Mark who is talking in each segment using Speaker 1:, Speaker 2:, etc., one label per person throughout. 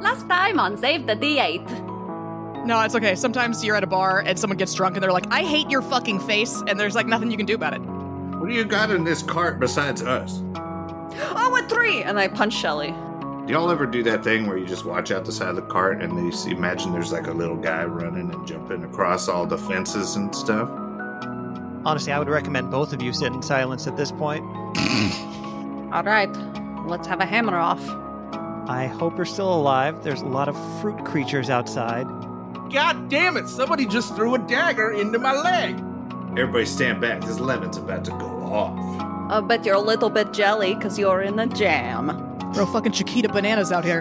Speaker 1: Last time on Save the D8.
Speaker 2: No, it's okay. Sometimes you're at a bar and someone gets drunk and they're like, I hate your fucking face, and there's like nothing you can do about it.
Speaker 3: What do you got in this cart besides us?
Speaker 1: Oh, a three! And I punch Shelly.
Speaker 3: Do y'all ever do that thing where you just watch out the side of the cart and you see, imagine there's like a little guy running and jumping across all the fences and stuff?
Speaker 4: Honestly, I would recommend both of you sit in silence at this point.
Speaker 1: All right, let's have a hammer off.
Speaker 4: I hope you're still alive. There's a lot of fruit creatures outside.
Speaker 5: God damn it, somebody just threw a dagger into my leg.
Speaker 3: Everybody stand back. This lemon's about to go off.
Speaker 1: I bet you're a little bit jelly because you're in a jam.
Speaker 2: Throw fucking Chiquita bananas out here.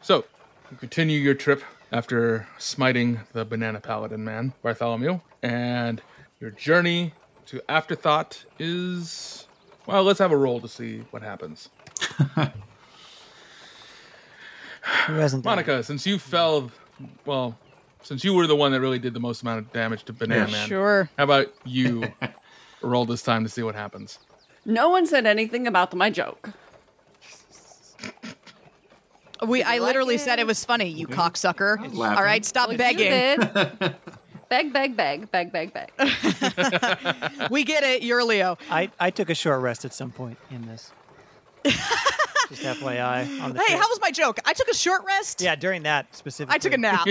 Speaker 6: So, you continue your trip after smiting the banana paladin man, Bartholomew, and your journey to Afterthought is. Well, let's have a roll to see what happens.
Speaker 4: Who hasn't done it?
Speaker 6: Monica, since you fell, well, since you were the one that really did the most amount of damage to Banana
Speaker 3: Yeah,
Speaker 6: Man,
Speaker 2: Sure.
Speaker 6: how about you roll this time to see what happens?
Speaker 1: No one said anything about my joke.
Speaker 2: We, I literally
Speaker 1: it?
Speaker 2: said it was funny, you cocksucker.
Speaker 3: laughing.
Speaker 2: All right, stop
Speaker 1: Well, You
Speaker 2: begging.
Speaker 1: did. beg, beg, beg, beg, beg, beg.
Speaker 2: We get it. You're Leo.
Speaker 4: I, I took a short rest at some point in this. Just FYI. On the
Speaker 2: Hey,
Speaker 4: trip.
Speaker 2: how was my joke? I took a short rest.
Speaker 4: Yeah, during that specifically.
Speaker 2: I took a nap.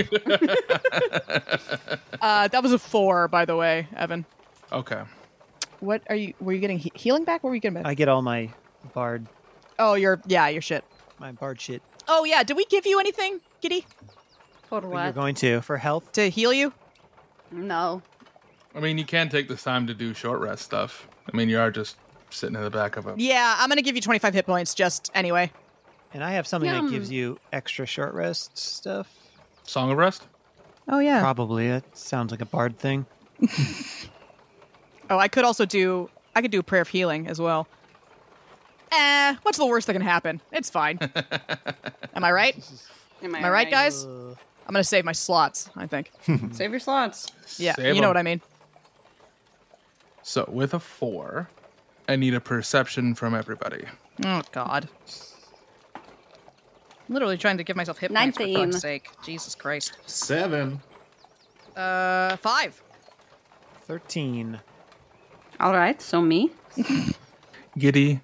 Speaker 2: uh, that was a four, by the way, Evan.
Speaker 6: Okay.
Speaker 2: What are you? Were you getting he- healing back? What were you getting back?
Speaker 4: I get all my bard,
Speaker 2: oh, you're yeah, your shit.
Speaker 4: my bard shit.
Speaker 2: Oh yeah, did we give you anything, Giddy,
Speaker 1: For
Speaker 4: But You're
Speaker 1: what?
Speaker 4: going to for health.
Speaker 2: to heal you?
Speaker 1: no.
Speaker 6: I mean, you can take this time to do short rest stuff. I mean, you are just sitting in the back of a.
Speaker 2: Yeah, I'm gonna give you 25 hit points just anyway.
Speaker 4: And I have something
Speaker 1: Yum.
Speaker 4: that gives you extra short rest stuff.
Speaker 6: Song of Rest?
Speaker 2: Oh yeah.
Speaker 4: Probably. That sounds like a bard thing.
Speaker 2: oh, I could also do. I could do a prayer of healing as well. Eh, what's the worst that can happen? It's fine. Am I right? Am I right, guys? I'm gonna save my slots. I think.
Speaker 1: Save your slots.
Speaker 2: Yeah,
Speaker 6: Save
Speaker 2: you
Speaker 6: 'em.
Speaker 2: know what I mean.
Speaker 6: So, with a four, I need a perception from everybody.
Speaker 2: Oh God. I'm literally trying to give myself hit points for
Speaker 1: Nineteen.
Speaker 2: fuck's sake. Jesus Christ.
Speaker 3: Seven.
Speaker 2: Uh, five.
Speaker 4: 13.
Speaker 1: All right, so me.
Speaker 6: Giddy,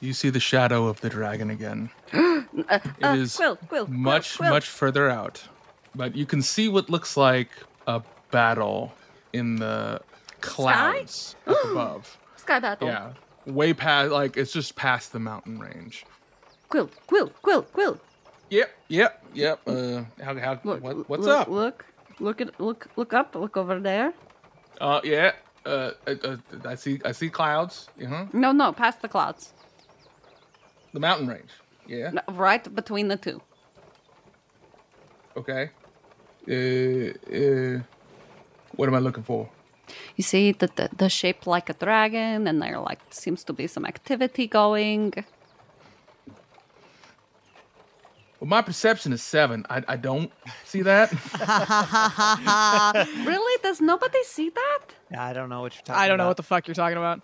Speaker 6: you see the shadow of the dragon again. It
Speaker 1: Uh,
Speaker 6: is
Speaker 1: Quill, Quill, Quill,
Speaker 6: much,
Speaker 1: Quill.
Speaker 6: much further out, but you can see what looks like a battle in the clouds up above.
Speaker 1: Sky battle.
Speaker 6: Yeah, way past, like it's just past the mountain range.
Speaker 1: Quill, Quill, Quill, Quill.
Speaker 6: Yep, yep, yep. Uh, how, how,
Speaker 1: Look.
Speaker 6: what, what's
Speaker 1: look,
Speaker 6: up?
Speaker 1: Look. Look at look look up. Look over there.
Speaker 6: Uh, yeah. Uh, uh, uh, I see, I see clouds. Uh-huh.
Speaker 1: No, no, past the clouds.
Speaker 6: The mountain range. Yeah.
Speaker 1: No, Right between the two.
Speaker 6: Okay. Uh, uh, what am I looking for?
Speaker 1: You see the, the the shape like a dragon, and there like seems to be some activity going.
Speaker 6: Well, my perception is seven. I, I don't see that.
Speaker 1: Really? Does nobody see that?
Speaker 4: I don't know what you're talking about.
Speaker 2: I don't know what the fuck you're talking about.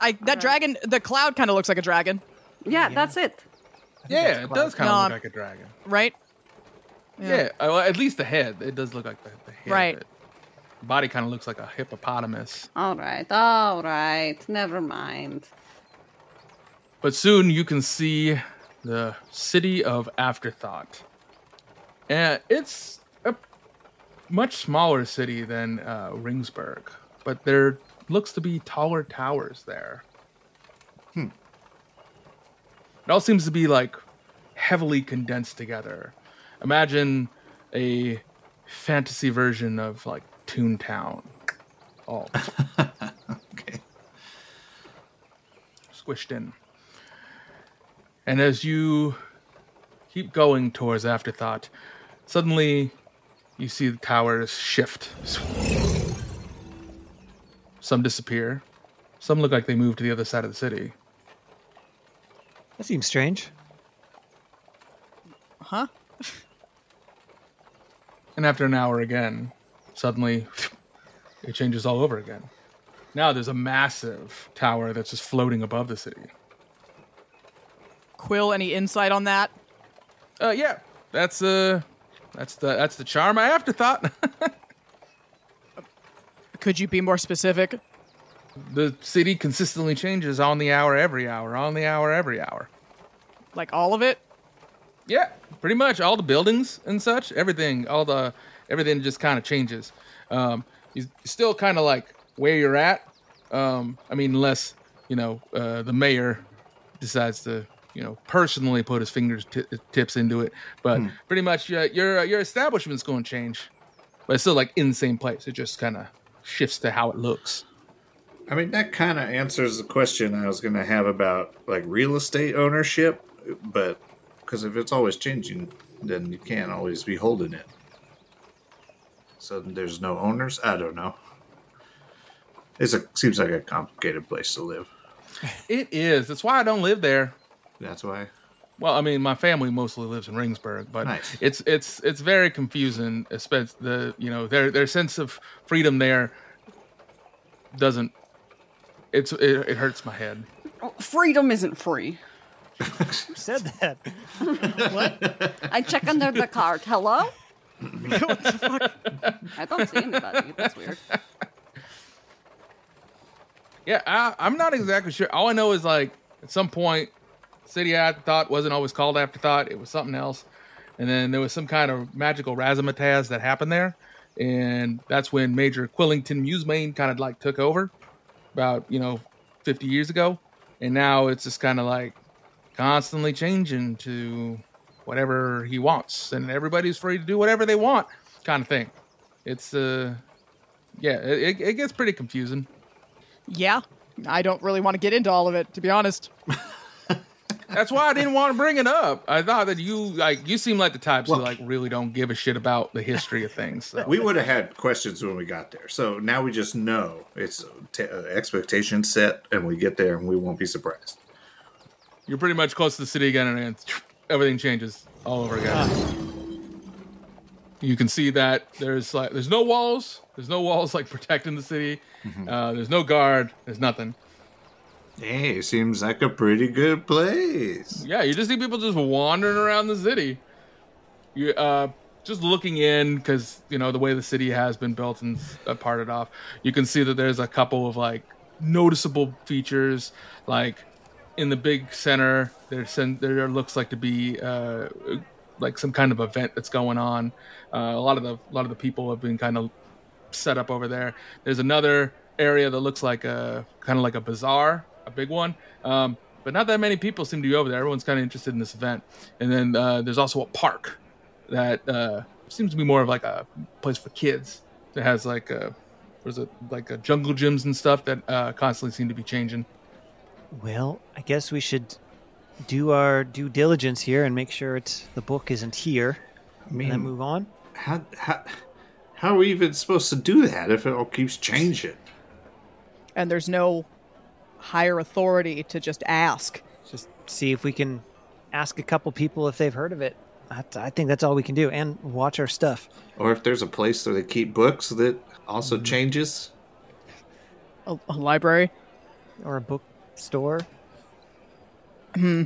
Speaker 2: I that dragon, the cloud kind of looks like a dragon,
Speaker 1: Yeah, that's it.
Speaker 6: yeah, it does kind
Speaker 2: No,
Speaker 6: of
Speaker 2: I'm-
Speaker 6: look like a dragon.
Speaker 2: right?
Speaker 6: Yeah, uh, well, at least the head. It does look like the, the head.
Speaker 2: Right.
Speaker 6: of it. Body kind of looks like a hippopotamus.
Speaker 1: All right, all right. Never mind.
Speaker 6: But soon you can see the city of Afterthought. And it's a much smaller city than uh, Ringsburg, but there looks to be taller towers there. Hmm. It all seems to be like heavily condensed together. Imagine a fantasy version of like Toontown, all
Speaker 3: Okay.
Speaker 6: squished in. And as you keep going towards Afterthought, suddenly you see the towers shift. Some disappear, some look like they move to the other side of the city.
Speaker 4: That seems strange.
Speaker 2: Huh?
Speaker 6: And after an hour again, suddenly it changes all over again. Now there's a massive tower that's just floating above the city.
Speaker 2: Quill, any insight on that?
Speaker 6: Uh, yeah, that's uh, that's the that's the charm. I afterthought.
Speaker 2: Could you be more specific?
Speaker 6: the city consistently changes on the hour, every hour, on the hour, every hour.
Speaker 2: Like all of it?
Speaker 6: Yeah, pretty much all the buildings and such, everything, all the everything just kind of changes. Um, you you still kind of like where you're at. Um, I mean, unless you know uh, the mayor decides to you know personally put his fingers t- tips into it, but pretty much uh, your your establishment's going to change, but it's still like in the same place. It just kind of shifts to how it looks.
Speaker 3: I mean, that kind of answers the question I was going to have about like real estate ownership, but because if it's always changing, then you can't always be holding it. So there's no owners. I don't know. It's a seems like a complicated place to live.
Speaker 6: It is. That's why I don't live there.
Speaker 3: That's why.
Speaker 6: Well, I mean, my family mostly lives in Ringsburg, but
Speaker 3: Nice.
Speaker 6: it's it's it's very confusing. Especially the you know their their sense of freedom there doesn't. It's it, it hurts my head.
Speaker 1: Freedom isn't free.
Speaker 4: Who said that?
Speaker 1: I check under the card. Hello? I don't see anybody. That's weird.
Speaker 6: Yeah, I, I'm not exactly sure. All I know is like at some point, City Afterthought wasn't always called Afterthought; it was something else. And then there was some kind of magical razzmatazz that happened there, and that's when Major Quillington Musemain kind of like took over about you know 50 years ago, and now it's just kind of like constantly changing to whatever he wants, and everybody's free to do whatever they want, kind of thing. It's uh, yeah, it, it- it gets pretty confusing.
Speaker 2: Yeah. I don't really want to get into all of it, to be honest.
Speaker 6: That's why I didn't want to bring it up. I thought that you like you seem like the types who like really don't give a shit about the history of things. So.
Speaker 3: We would have had questions when we got there. So now we just know it's t- uh, expectation set, and we get there and we won't be surprised.
Speaker 6: You're pretty much close to the city again, and then everything changes all over again. You can see that there's like there's no walls, there's no walls like protecting the city. Uh, there's no guard, there's nothing.
Speaker 3: Hey, seems like a pretty good place.
Speaker 6: Yeah, you just see people just wandering around the city. You uh, just looking in because you know the way the city has been built and uh, parted off. You can see that there's a couple of like noticeable features, like in the big center. There sen- there looks like to be uh, like some kind of event that's going on. Uh, a lot of the a lot of the people have been kind of set up over there. There's another area that looks like a kind of like a bazaar, a big one. Um, but not that many people seem to be over there. Everyone's kind of interested in this event. And then uh, there's also a park that uh, seems to be more of like a place for kids. That has like a what is it like a jungle gyms and stuff that uh, constantly seem to be changing.
Speaker 4: Well, I guess we should do our due diligence here and make sure it's the book isn't here.
Speaker 3: I
Speaker 4: And then
Speaker 3: mean,
Speaker 4: move on.
Speaker 3: how, how, how are we even supposed to do that if it all keeps changing?
Speaker 2: And there's no higher authority to just ask.
Speaker 4: Just see if we can ask a couple people if they've heard of it. I, I think that's all we can do, and watch our stuff.
Speaker 3: Or if there's a place where they keep books that also changes?
Speaker 2: A, a library?
Speaker 4: or a bookstore.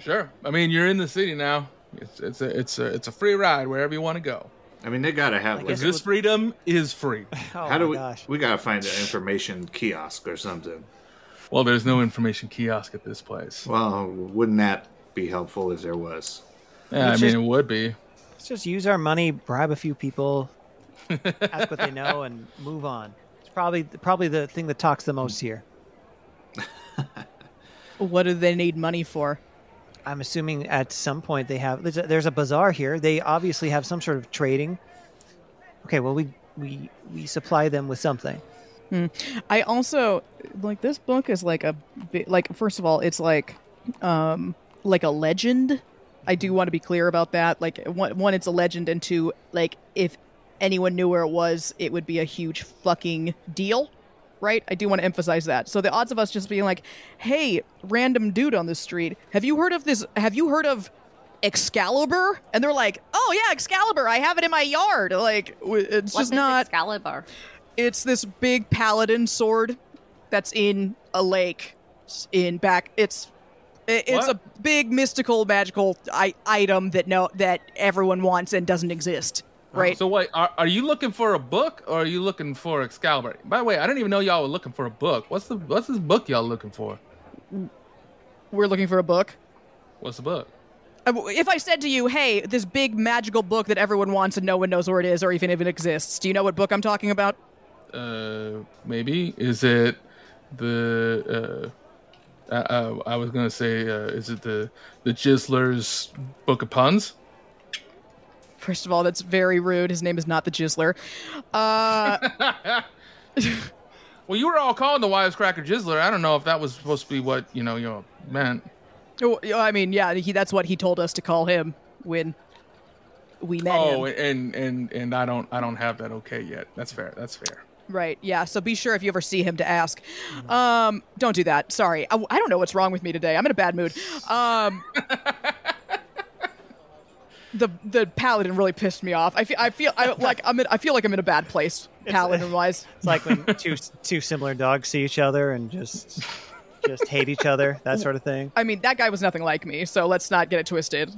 Speaker 6: Sure. I mean, you're in the city now. It's it's a it's a it's a free ride wherever you want to go.
Speaker 3: I mean, they gotta have. Like,
Speaker 4: guess
Speaker 6: This freedom is free.
Speaker 4: Oh
Speaker 3: how
Speaker 4: my
Speaker 3: do we?
Speaker 4: gosh.
Speaker 3: We gotta find an information kiosk or something.
Speaker 6: Well, there's no information kiosk at this place.
Speaker 3: Well, wouldn't that be helpful if there was?
Speaker 6: Yeah, I
Speaker 4: Which
Speaker 6: mean,
Speaker 4: is-
Speaker 6: it would be.
Speaker 4: Let's just use our money, bribe a few people, ask what they know, and move on. It's probably probably the thing that talks the most here.
Speaker 2: What do they need money for?
Speaker 4: I'm assuming at some point they have there's a, there's a bazaar here. They obviously have some sort of trading. Okay, well we we we supply them with something.
Speaker 2: I also like this book is like a bi- like first of all it's like um like a legend. I do want to be clear about that. Like one, one it's a legend and two like if anyone knew where it was, it would be a huge fucking deal. Right? I do want to emphasize that. So the odds of us just being like, "Hey, random dude on the street, have you heard of this have you heard of Excalibur?" And they're like, "Oh yeah, Excalibur. I have it in my yard." Like w- it's
Speaker 1: What
Speaker 2: just
Speaker 1: is
Speaker 2: not
Speaker 1: Excalibur?
Speaker 2: it's this big paladin sword that's in a lake s- in back it's i- it's
Speaker 6: What?
Speaker 2: a big mystical magical I- item that no that everyone wants and doesn't exist right
Speaker 6: Uh, So wait, are, are you looking for a book or are you looking for Excalibur? By the way, I didn't even know y'all were looking for a book. What's the what's this book y'all looking for?
Speaker 2: we're looking for a book
Speaker 6: What's the book?
Speaker 2: Uh, w- if i said to you hey this big magical book that everyone wants and no one knows where it is or even if it exists do you know what book i'm talking about
Speaker 6: Uh, maybe is it the uh, I, I, I was gonna say uh, is it the the Gizler's book of puns?
Speaker 2: first of all that's very rude his name is not the Gizler. uh
Speaker 6: Well, you were all calling the Wisecracker Jizzler. I don't know if that was supposed to be what you know you know, meant.
Speaker 2: oh, i mean yeah he, that's what he told us to call him when we met him
Speaker 6: Oh, and and and I don't I don't have that okay yet. That's fair. That's fair.
Speaker 2: Right. Yeah. So be sure if you ever see him to ask. Um, don't do that. Sorry. I, I don't know what's wrong with me today. I'm in a bad mood. Um, the the paladin really pissed me off. I feel I feel I like I'm in, I feel like I'm in a bad place paladin wise.
Speaker 4: It's like when two two similar dogs see each other and just just hate each other, that sort of thing.
Speaker 2: I mean that guy was nothing like me. So let's not get it twisted.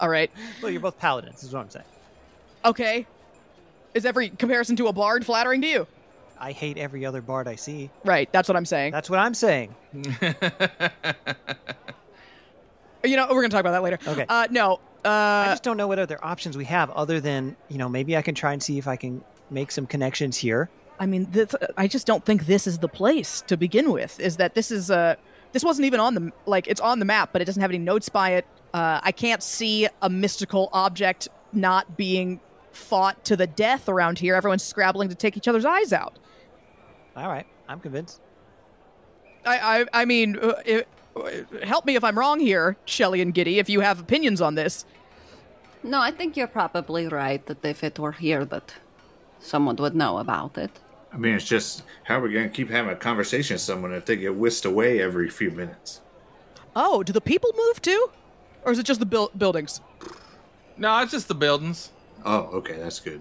Speaker 2: All right.
Speaker 4: Well, you're both paladins, is what I'm saying.
Speaker 2: Okay. Is every comparison to a bard flattering to you?
Speaker 4: I hate every other bard I see.
Speaker 2: Right. That's what I'm saying.
Speaker 4: That's what I'm saying.
Speaker 2: you know we're gonna talk about that later.
Speaker 4: Okay.
Speaker 2: Uh, no.
Speaker 4: I
Speaker 2: Uh,
Speaker 4: just don't know what other options we have other than you know maybe I can try and see if I can make some connections here.
Speaker 2: I mean, this, I just don't think this is the place to begin with. Is that this is uh, this wasn't even on the like it's on the map, but it doesn't have any notes by it. Uh, I can't see a mystical object not being fought to the death around here. Everyone's scrabbling to take each other's eyes out.
Speaker 4: All right, I'm convinced.
Speaker 2: I I, I mean, uh, it, uh, help me if I'm wrong here, Shelley and Giddy, if you have opinions on this.
Speaker 1: No, I think you're probably right that if it were here, that someone would know about it.
Speaker 3: I mean, it's just how are we gonna keep having a conversation with someone if they get whisked away every few minutes?
Speaker 2: Oh, do the people move too, or is it just the buil- buildings?
Speaker 6: No, it's just the buildings.
Speaker 3: Oh, okay, that's good.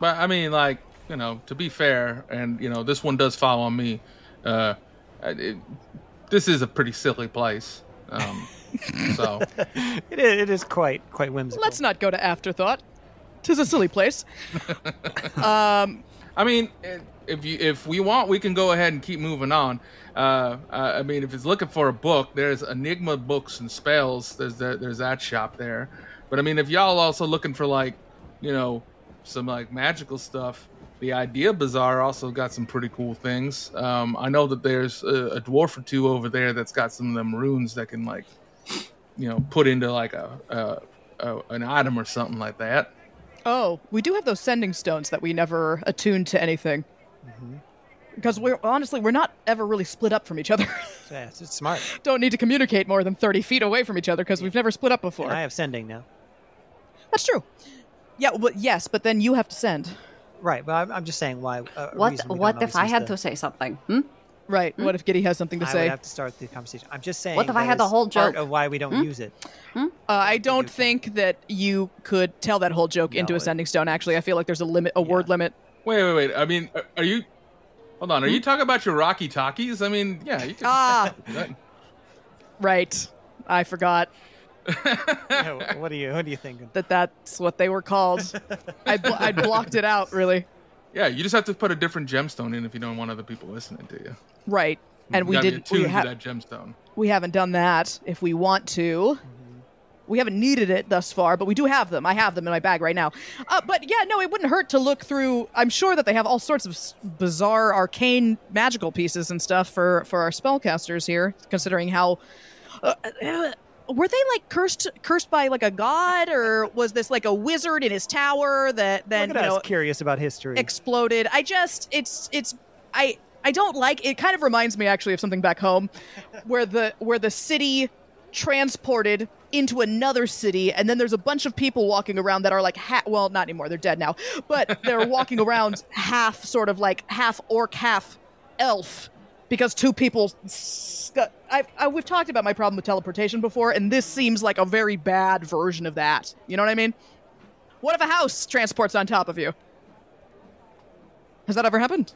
Speaker 6: But I mean, like you know, to be fair, and you know, this one does fall on me. Uh, I- it, this is a pretty silly place. Um, so
Speaker 4: It is, it is quite quite whimsical.
Speaker 2: Let's not go to afterthought. Tis a silly place.
Speaker 6: I mean, eh, if you if we want, we can go ahead and keep moving on. Uh, uh, I mean, if it's looking for a book, there's Enigma books and spells. There's that there's that shop there. But I mean, if y'all also looking for like, you know, some like magical stuff, the Idea Bazaar also got some pretty cool things. Um, I know that there's a, a dwarf or two over there that's got some of them runes that can like, you know, put into like a, a, a an item or something like that.
Speaker 2: Oh, we do have those sending stones that we never attuned to anything.
Speaker 4: Mm-hmm.
Speaker 2: Because we're honestly, we're not ever really split up from each other.
Speaker 4: Yeah, it's, it's smart.
Speaker 2: Don't need to communicate more than 30 feet away from each other because we've never split up before.
Speaker 4: And I have sending now.
Speaker 2: That's true. Yeah, well, yes, but then you have to send.
Speaker 4: Right, but I'm, I'm just saying why. Uh, a
Speaker 1: What
Speaker 4: reason we
Speaker 1: What
Speaker 4: don't
Speaker 1: if I
Speaker 4: obviously
Speaker 1: had
Speaker 4: is
Speaker 1: to
Speaker 4: the-
Speaker 1: say something? Hmm?
Speaker 2: Right. What if Giddy has something to
Speaker 4: I
Speaker 2: say?
Speaker 4: would have to start the conversation. I'm just saying.
Speaker 1: What if I
Speaker 4: that
Speaker 1: had the
Speaker 4: is
Speaker 1: whole
Speaker 4: part
Speaker 1: joke? Hmm?
Speaker 4: of why we don't use it?
Speaker 2: uh, I don't think that you could tell that whole joke into a
Speaker 4: No, it-
Speaker 2: sending stone, actually. I feel like there's a limit, a word limit.
Speaker 6: Wait, wait, wait. I mean, are, are you? Hold on. Are
Speaker 2: Hmm?
Speaker 6: you talking about your Rocky Talkies? I mean, yeah. You can,
Speaker 2: Ah, right. I Ah, forgot.
Speaker 4: Yeah, what are you? What are you thinking?
Speaker 2: that that's what they were called. I, bl- I blocked it out, really.
Speaker 6: Yeah, you just have to put a different gemstone in if you don't want other people listening to you.
Speaker 2: Right. And
Speaker 6: You
Speaker 2: we
Speaker 6: gotta be
Speaker 2: didn't.
Speaker 6: attuned
Speaker 2: We,
Speaker 6: to
Speaker 2: ha-
Speaker 6: that gemstone.
Speaker 2: we haven't done that. If we want to, we haven't needed it thus far, but we do have them. I have them in my bag right now. Uh, but yeah, no, it wouldn't hurt to look through. I'm sure that they have all sorts of s- bizarre, arcane, magical pieces and stuff for for our spellcasters here. Considering how. Uh, uh, were they like cursed cursed by like a god or was this like a wizard in his tower that then
Speaker 4: Look at
Speaker 2: you know
Speaker 4: us curious about history.
Speaker 2: exploded. I just it's it's I I don't like it kind of reminds me actually of something back home where the where the city transported into another city and then there's a bunch of people walking around that are like ha- well not anymore they're dead now but they're walking around half sort of like half orc half elf because two people scu- I, I we've talked about my problem with teleportation before and this seems like a very bad version of that you know what i mean what if a house transports on top of you has that ever happened?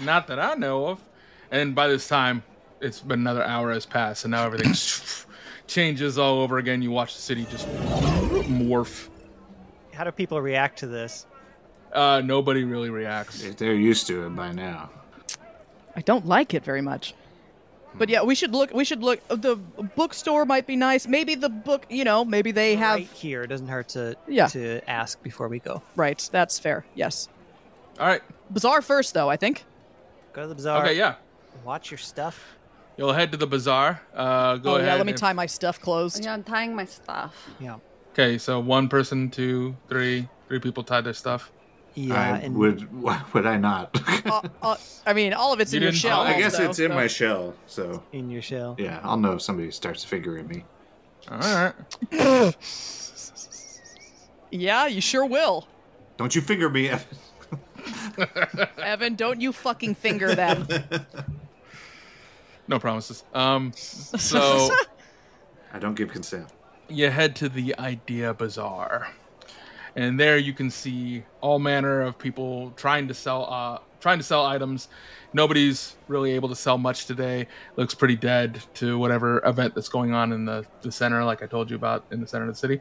Speaker 6: Not that I know of. And by this time, it's been another hour has passed, and now everything changes all over again. You watch the city just morph.
Speaker 4: How do people react to this?
Speaker 6: Uh, nobody really reacts.
Speaker 3: They're used to it by now.
Speaker 2: I don't like it very much. But yeah, we should look. We should look. The bookstore might be nice. Maybe the book, you know, maybe they have.
Speaker 4: right here. It doesn't hurt to
Speaker 2: Yeah.
Speaker 4: to ask before we go.
Speaker 2: Right, that's fair. Yes.
Speaker 6: All right.
Speaker 2: Bazaar first, though, I think.
Speaker 4: Go to the bazaar.
Speaker 6: Okay, yeah.
Speaker 4: Watch your stuff.
Speaker 6: You'll head to the bazaar. Uh,
Speaker 2: oh,
Speaker 6: go ahead.
Speaker 2: yeah, let me
Speaker 6: and-
Speaker 2: tie my stuff closed.
Speaker 1: Yeah, I'm tying my stuff.
Speaker 4: Yeah.
Speaker 6: Okay, so one person, two, three, three people tied their stuff.
Speaker 4: Yeah.
Speaker 3: I
Speaker 4: and
Speaker 3: would why would I not?
Speaker 2: Uh, uh, I mean, all of it's
Speaker 6: You
Speaker 2: in your
Speaker 6: didn't-
Speaker 2: shell.
Speaker 6: Oh,
Speaker 3: I guess
Speaker 2: also,
Speaker 3: it's in
Speaker 2: so-
Speaker 3: my shell, so
Speaker 4: in your shell.
Speaker 3: yeah, I'll know if somebody starts figuring me.
Speaker 6: All right.
Speaker 2: Yeah, you sure will.
Speaker 3: Don't you figure me? Evan.
Speaker 2: Evan, don't you fucking finger them.
Speaker 6: No promises. Um, so
Speaker 3: I don't give consent.
Speaker 6: you head to the Idea Bazaar, and there you can see all manner of people trying to sell uh, trying to sell items. Nobody's really able to sell much today. Looks pretty dead to whatever event that's going on in the, the center, like I told you about in the center of the city.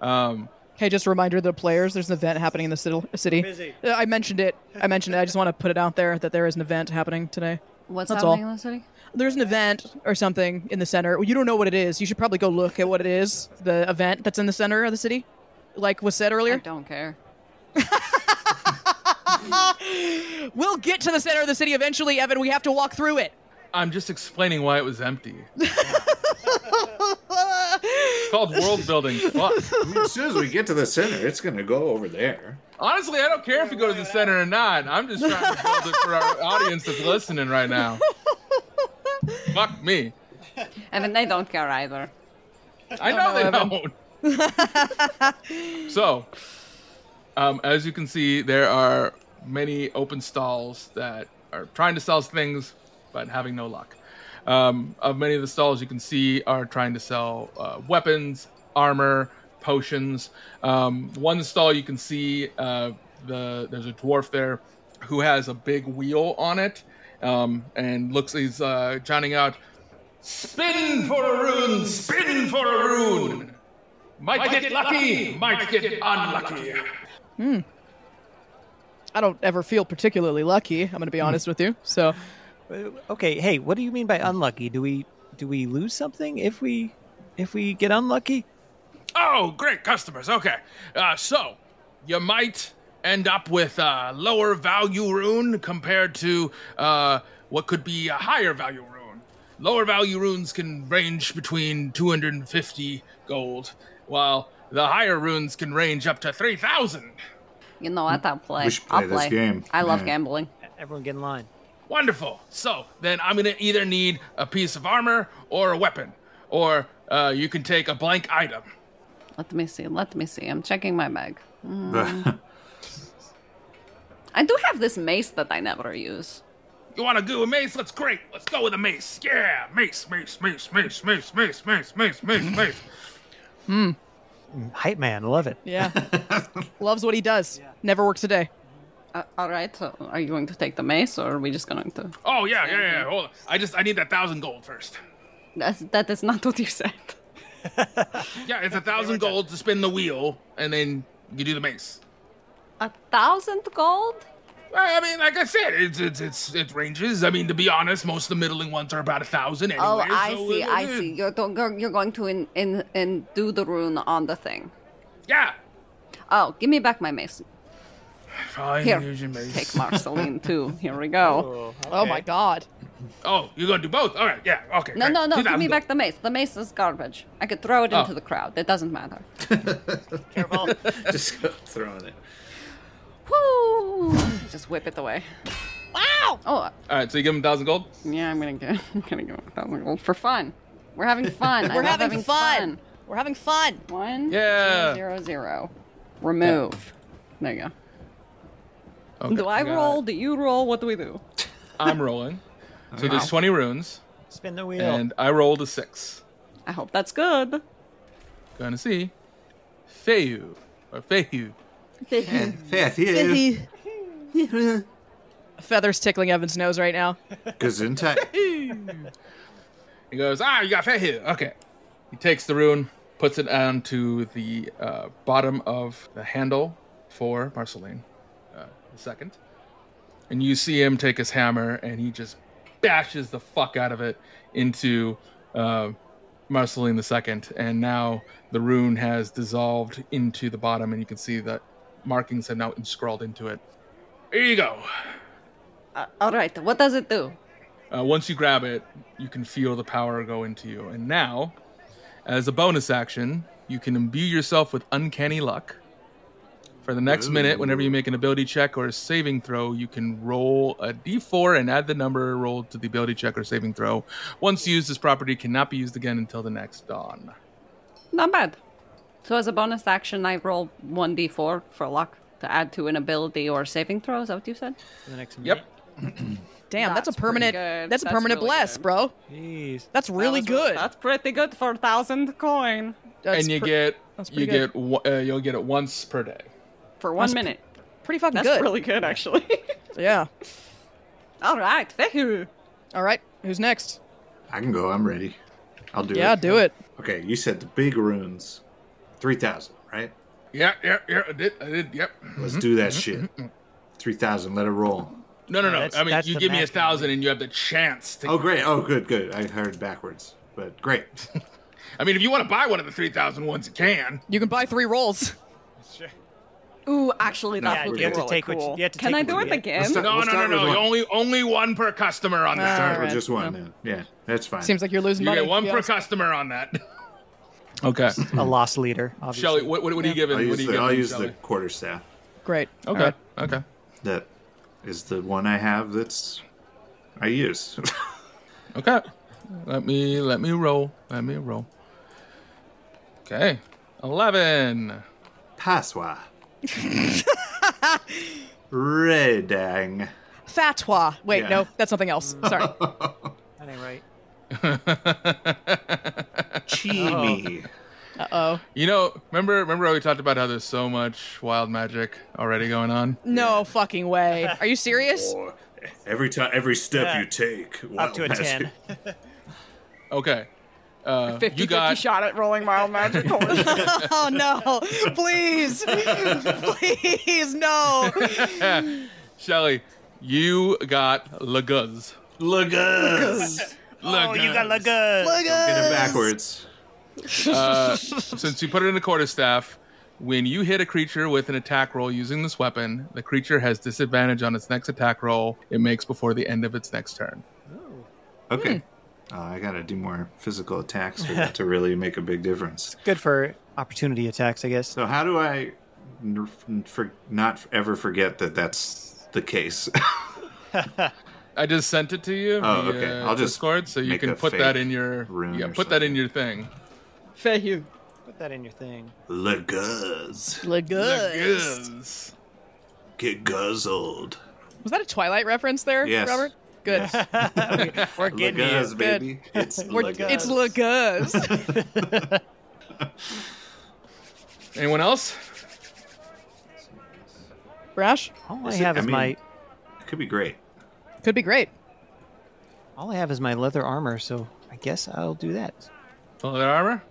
Speaker 6: Um,
Speaker 2: Okay, just a reminder to the players there's an event happening in the city- city.
Speaker 4: Busy.
Speaker 2: Uh, I mentioned it. I mentioned it. I just want to put it out there that there is an event happening today.
Speaker 1: What's
Speaker 2: That's
Speaker 1: happening
Speaker 2: all.
Speaker 1: in the city?
Speaker 2: there's an event or something in the center. Well, You don't know what it is. You should probably go look at what it is. The event that's in the center of the city, like was said
Speaker 1: I
Speaker 2: earlier.
Speaker 1: don't care.
Speaker 2: We'll get to the center of the city eventually, Evan. We have to walk through it.
Speaker 6: I'm just explaining why it was empty. it's called world building. Fuck.
Speaker 3: I mean, as soon as we get to the center, it's gonna go over there.
Speaker 6: Honestly, I don't care if you go to the center or not. I'm just trying to build it for our audience that's listening right now. Fuck me.
Speaker 1: Evan, I don't care either.
Speaker 6: I know they don't. so, um, as you can see, there are many open stalls that are trying to sell things, but having no luck. Um, of many of the stalls you can see are trying to sell uh, weapons, armor, potions. Um, one stall you can see uh, the there's a dwarf there who has a big wheel on it um, and looks he's uh, chanting out Spin for a rune! Spin for a rune! Might, get, lucky, might get, unlucky.
Speaker 2: I don't ever feel particularly lucky. I'm going to be
Speaker 6: Hmm.
Speaker 2: honest with you. So
Speaker 4: Uh, Okay. Hey, what do you mean by unlucky? Do we do we lose something if we if we get unlucky?
Speaker 6: Oh, great customers. Okay. Uh, so, you might end up with a lower value rune compared to uh, what could be a higher value rune. Lower value runes can range between 250 gold, while the higher runes can range up to 3,000.
Speaker 1: You know what? I'll play.
Speaker 3: We should play
Speaker 1: I'll
Speaker 3: this game.
Speaker 1: I love
Speaker 3: Yeah.
Speaker 1: gambling.
Speaker 4: Everyone get in line.
Speaker 6: Wonderful. So then I'm gonna either need a piece of armor or a weapon, or uh, you can take a blank item.
Speaker 1: Let me see. Let me see. I'm checking my bag. I do have this mace that I never use.
Speaker 6: You want to do a mace? Let's great. Let's go with a mace. Yeah, mace, mace, mace, mace, mace, mace, mace, mace, mace, mace.
Speaker 4: Hype man, love it.
Speaker 2: yeah, loves what he does. Never works a day.
Speaker 1: Uh, all right. So are you going to take the mace, or are we just going to?
Speaker 6: Oh yeah, yeah, yeah. Hold on. I just I need that thousand gold first.
Speaker 1: That's, that is not what you said.
Speaker 6: Yeah, it's a thousand gold to spin the wheel, and then you do the mace.
Speaker 1: A thousand gold?
Speaker 6: I I mean, like I said, it's it's it's it ranges. I mean, to be honest, most of the middling ones are about a thousand anyway.
Speaker 1: Oh, I
Speaker 6: so,
Speaker 1: see,
Speaker 6: uh,
Speaker 1: I
Speaker 6: uh,
Speaker 1: see. You're, go- go- you're going to in, in, in do the rune on the thing.
Speaker 6: Yeah,
Speaker 1: Oh, give me back my mace.
Speaker 6: fine.
Speaker 1: Here,
Speaker 6: use your mace.
Speaker 1: take Marceline too. Here we go.
Speaker 2: Oh my god.
Speaker 6: Oh, you're gonna do both? All right, yeah, okay.
Speaker 1: No,
Speaker 6: great.
Speaker 1: no, no.
Speaker 6: 2,000
Speaker 1: Give me
Speaker 6: gold.
Speaker 1: back the mace. The mace is garbage. I could throw it
Speaker 6: Oh.
Speaker 1: into the crowd. It doesn't matter.
Speaker 2: Careful.
Speaker 3: Just go throwing it.
Speaker 1: Woo! Just whip it away. Wow! Oh,
Speaker 6: All right, so you give him a thousand gold.
Speaker 1: yeah, I'm gonna go. I'm gonna go with that one Well, for fun. We're having fun. I
Speaker 7: We're
Speaker 1: love
Speaker 7: having, fun. We're having fun.
Speaker 1: One.
Speaker 6: Yeah.
Speaker 1: Zero zero. Remove. There you go.
Speaker 6: Okay,
Speaker 1: Do I
Speaker 6: got-
Speaker 1: roll? Do you roll? What do we do?
Speaker 6: I'm rolling. So there's 20 runes,
Speaker 4: Spin the wheel.
Speaker 6: and I rolled a six.
Speaker 1: I hope that's good.
Speaker 6: Gonna see. Feyu. Or Feyu.
Speaker 2: Feathers tickling Evan's nose right now.
Speaker 3: Gesundheit.
Speaker 6: He goes, ah, you got Feyu. Okay. He takes the rune, puts it onto the uh, bottom of the handle for Marceline, uh, the second. And you see him take his hammer, and he just bashes the fuck out of it into uh, Marceline the second. And now the rune has dissolved into the bottom, and you can see that markings have now scrawled into it. Here you go.
Speaker 1: Uh, all right. What does it do?
Speaker 6: Uh, once you grab it, you can feel the power go into you. And now, as a bonus action, you can imbue yourself with uncanny luck. For the next minute, whenever you make an ability check or a saving throw, you can roll a d4 and add the number rolled to the ability check or saving throw. Once used, this property cannot be used again until the next dawn.
Speaker 1: Not bad. So as a bonus action, I roll one d4 for luck to add to an ability or saving throw. Is that what you said?
Speaker 4: for the next
Speaker 6: Yep.
Speaker 2: Damn, that's,
Speaker 1: That's
Speaker 2: a
Speaker 1: pretty
Speaker 2: permanent.
Speaker 1: good.
Speaker 2: That's a
Speaker 1: That's
Speaker 2: permanent
Speaker 1: really
Speaker 2: bless,
Speaker 1: good.
Speaker 2: bro.
Speaker 4: Jeez.
Speaker 2: That's really
Speaker 1: That was-
Speaker 2: good.
Speaker 1: That's pretty good for a thousand coin
Speaker 2: That's
Speaker 6: and you
Speaker 2: pr-
Speaker 6: get
Speaker 2: that's
Speaker 6: you
Speaker 2: pretty
Speaker 6: get one- uh, you'll get it once per day.
Speaker 1: for one
Speaker 2: That's pr-
Speaker 1: minute.
Speaker 2: pretty fucking
Speaker 1: That's
Speaker 2: good.
Speaker 1: really good, actually.
Speaker 2: yeah.
Speaker 1: All right, thank you.
Speaker 2: All right. Who's next?
Speaker 3: I can go. I'm ready. I'll do
Speaker 2: Yeah,
Speaker 3: it.
Speaker 2: do it.
Speaker 3: Okay, you said the big runes, three thousand, right?
Speaker 6: Yeah, yeah, yeah. I did. I did. Yep.
Speaker 3: Let's do that shit. Three thousand. Let it roll.
Speaker 6: No, no, no.
Speaker 4: that's-
Speaker 6: I mean,
Speaker 4: that's
Speaker 6: you
Speaker 4: the
Speaker 6: give me a
Speaker 4: maximum.
Speaker 6: thousand, and you have the chance to
Speaker 3: Oh, great. Oh, good, good. I heard backwards, but great.
Speaker 6: I mean, if you want to buy one of the 3,000 ones, you can.
Speaker 2: You can buy three rolls.
Speaker 1: Ooh, actually, that
Speaker 4: Yeah,
Speaker 1: would
Speaker 4: you have
Speaker 1: be
Speaker 4: to
Speaker 1: really
Speaker 4: take what you-
Speaker 1: cool.
Speaker 4: you have to
Speaker 1: Can
Speaker 4: take
Speaker 1: I
Speaker 4: what
Speaker 1: do
Speaker 4: you
Speaker 1: it
Speaker 4: get.
Speaker 1: again?
Speaker 3: Let's start-
Speaker 6: No,
Speaker 3: We'll
Speaker 6: no, no,
Speaker 3: start with
Speaker 6: no.
Speaker 3: one.
Speaker 6: Only, only one per customer on that.
Speaker 3: Start with
Speaker 2: right.
Speaker 3: just one. then. Yeah, that's fine.
Speaker 2: Seems like you're losing
Speaker 6: you
Speaker 2: money.
Speaker 6: get one
Speaker 2: Yeah.
Speaker 6: per customer on that. Okay,
Speaker 4: A
Speaker 3: Hmm.
Speaker 4: lost leader, obviously.
Speaker 6: Shelly, what, what, what are you
Speaker 3: I'll
Speaker 6: giving?
Speaker 3: use,
Speaker 6: What are you
Speaker 3: the, I'll
Speaker 6: giving,
Speaker 3: use the
Speaker 6: Shelley?
Speaker 3: quarter staff.
Speaker 2: Great.
Speaker 6: Okay,
Speaker 2: Alright.
Speaker 6: okay.
Speaker 3: That is the one I have. That's I use.
Speaker 6: Okay. Let me let me roll. Let me roll. Okay. 11.
Speaker 3: Paswa. Redang.
Speaker 2: Fatwa. Wait,
Speaker 3: Yeah.
Speaker 2: no, that's something else. Sorry.
Speaker 4: That ain't right.
Speaker 3: Chimi.
Speaker 2: Oh
Speaker 6: You know, remember remember how we talked about how there's so much wild magic already going on?
Speaker 2: no fucking way. Are you serious?
Speaker 3: Every time, every step you take,
Speaker 4: Oh, Up to a
Speaker 3: wild magic.
Speaker 4: 10.
Speaker 6: Okay. Uh,
Speaker 1: 50
Speaker 6: you got
Speaker 1: 50 shot at rolling wild magic.
Speaker 2: Oh no! Please, please, no!
Speaker 6: Shelly, you got Laguz.
Speaker 3: Lagus.
Speaker 6: Oh, you got Laguz.
Speaker 3: Get it backwards.
Speaker 6: Since you put it in the quarterstaff, when you hit a creature with an attack roll using this weapon, the creature has disadvantage on its next attack roll it makes before the end of its next turn.
Speaker 3: Okay.
Speaker 4: Hmm.
Speaker 3: Uh, I gotta do more physical attacks for that to really make a big difference.
Speaker 4: Good for opportunity attacks, I guess.
Speaker 3: So how do I n- f- for, not ever forget that that's the case?
Speaker 6: I just sent it to you.
Speaker 3: Oh,
Speaker 6: via
Speaker 3: okay. I'll just
Speaker 6: Discord, so you
Speaker 3: make
Speaker 6: can
Speaker 3: a
Speaker 6: put
Speaker 3: fake
Speaker 6: that in your
Speaker 3: rune
Speaker 6: yeah,
Speaker 3: or
Speaker 6: put that in your thing.
Speaker 1: Thank you.
Speaker 4: Put that in your thing.
Speaker 3: Laguz.
Speaker 2: Laguz.
Speaker 6: Laguz.
Speaker 3: Get guzzled.
Speaker 2: Was that a Twilight reference there,
Speaker 3: Yes.
Speaker 2: Robert? Good.
Speaker 4: We're
Speaker 3: Laguz, baby. It's
Speaker 2: We're-
Speaker 3: Laguz.
Speaker 2: It's Laguz.
Speaker 6: Anyone else?
Speaker 2: Brash
Speaker 4: All I
Speaker 3: Is it-
Speaker 4: have
Speaker 3: I
Speaker 4: is
Speaker 3: mean-
Speaker 4: my
Speaker 3: It could be great.
Speaker 2: could be great.
Speaker 4: all I have is my leather armor, so I guess I'll do that.
Speaker 6: Oh, Leather armor?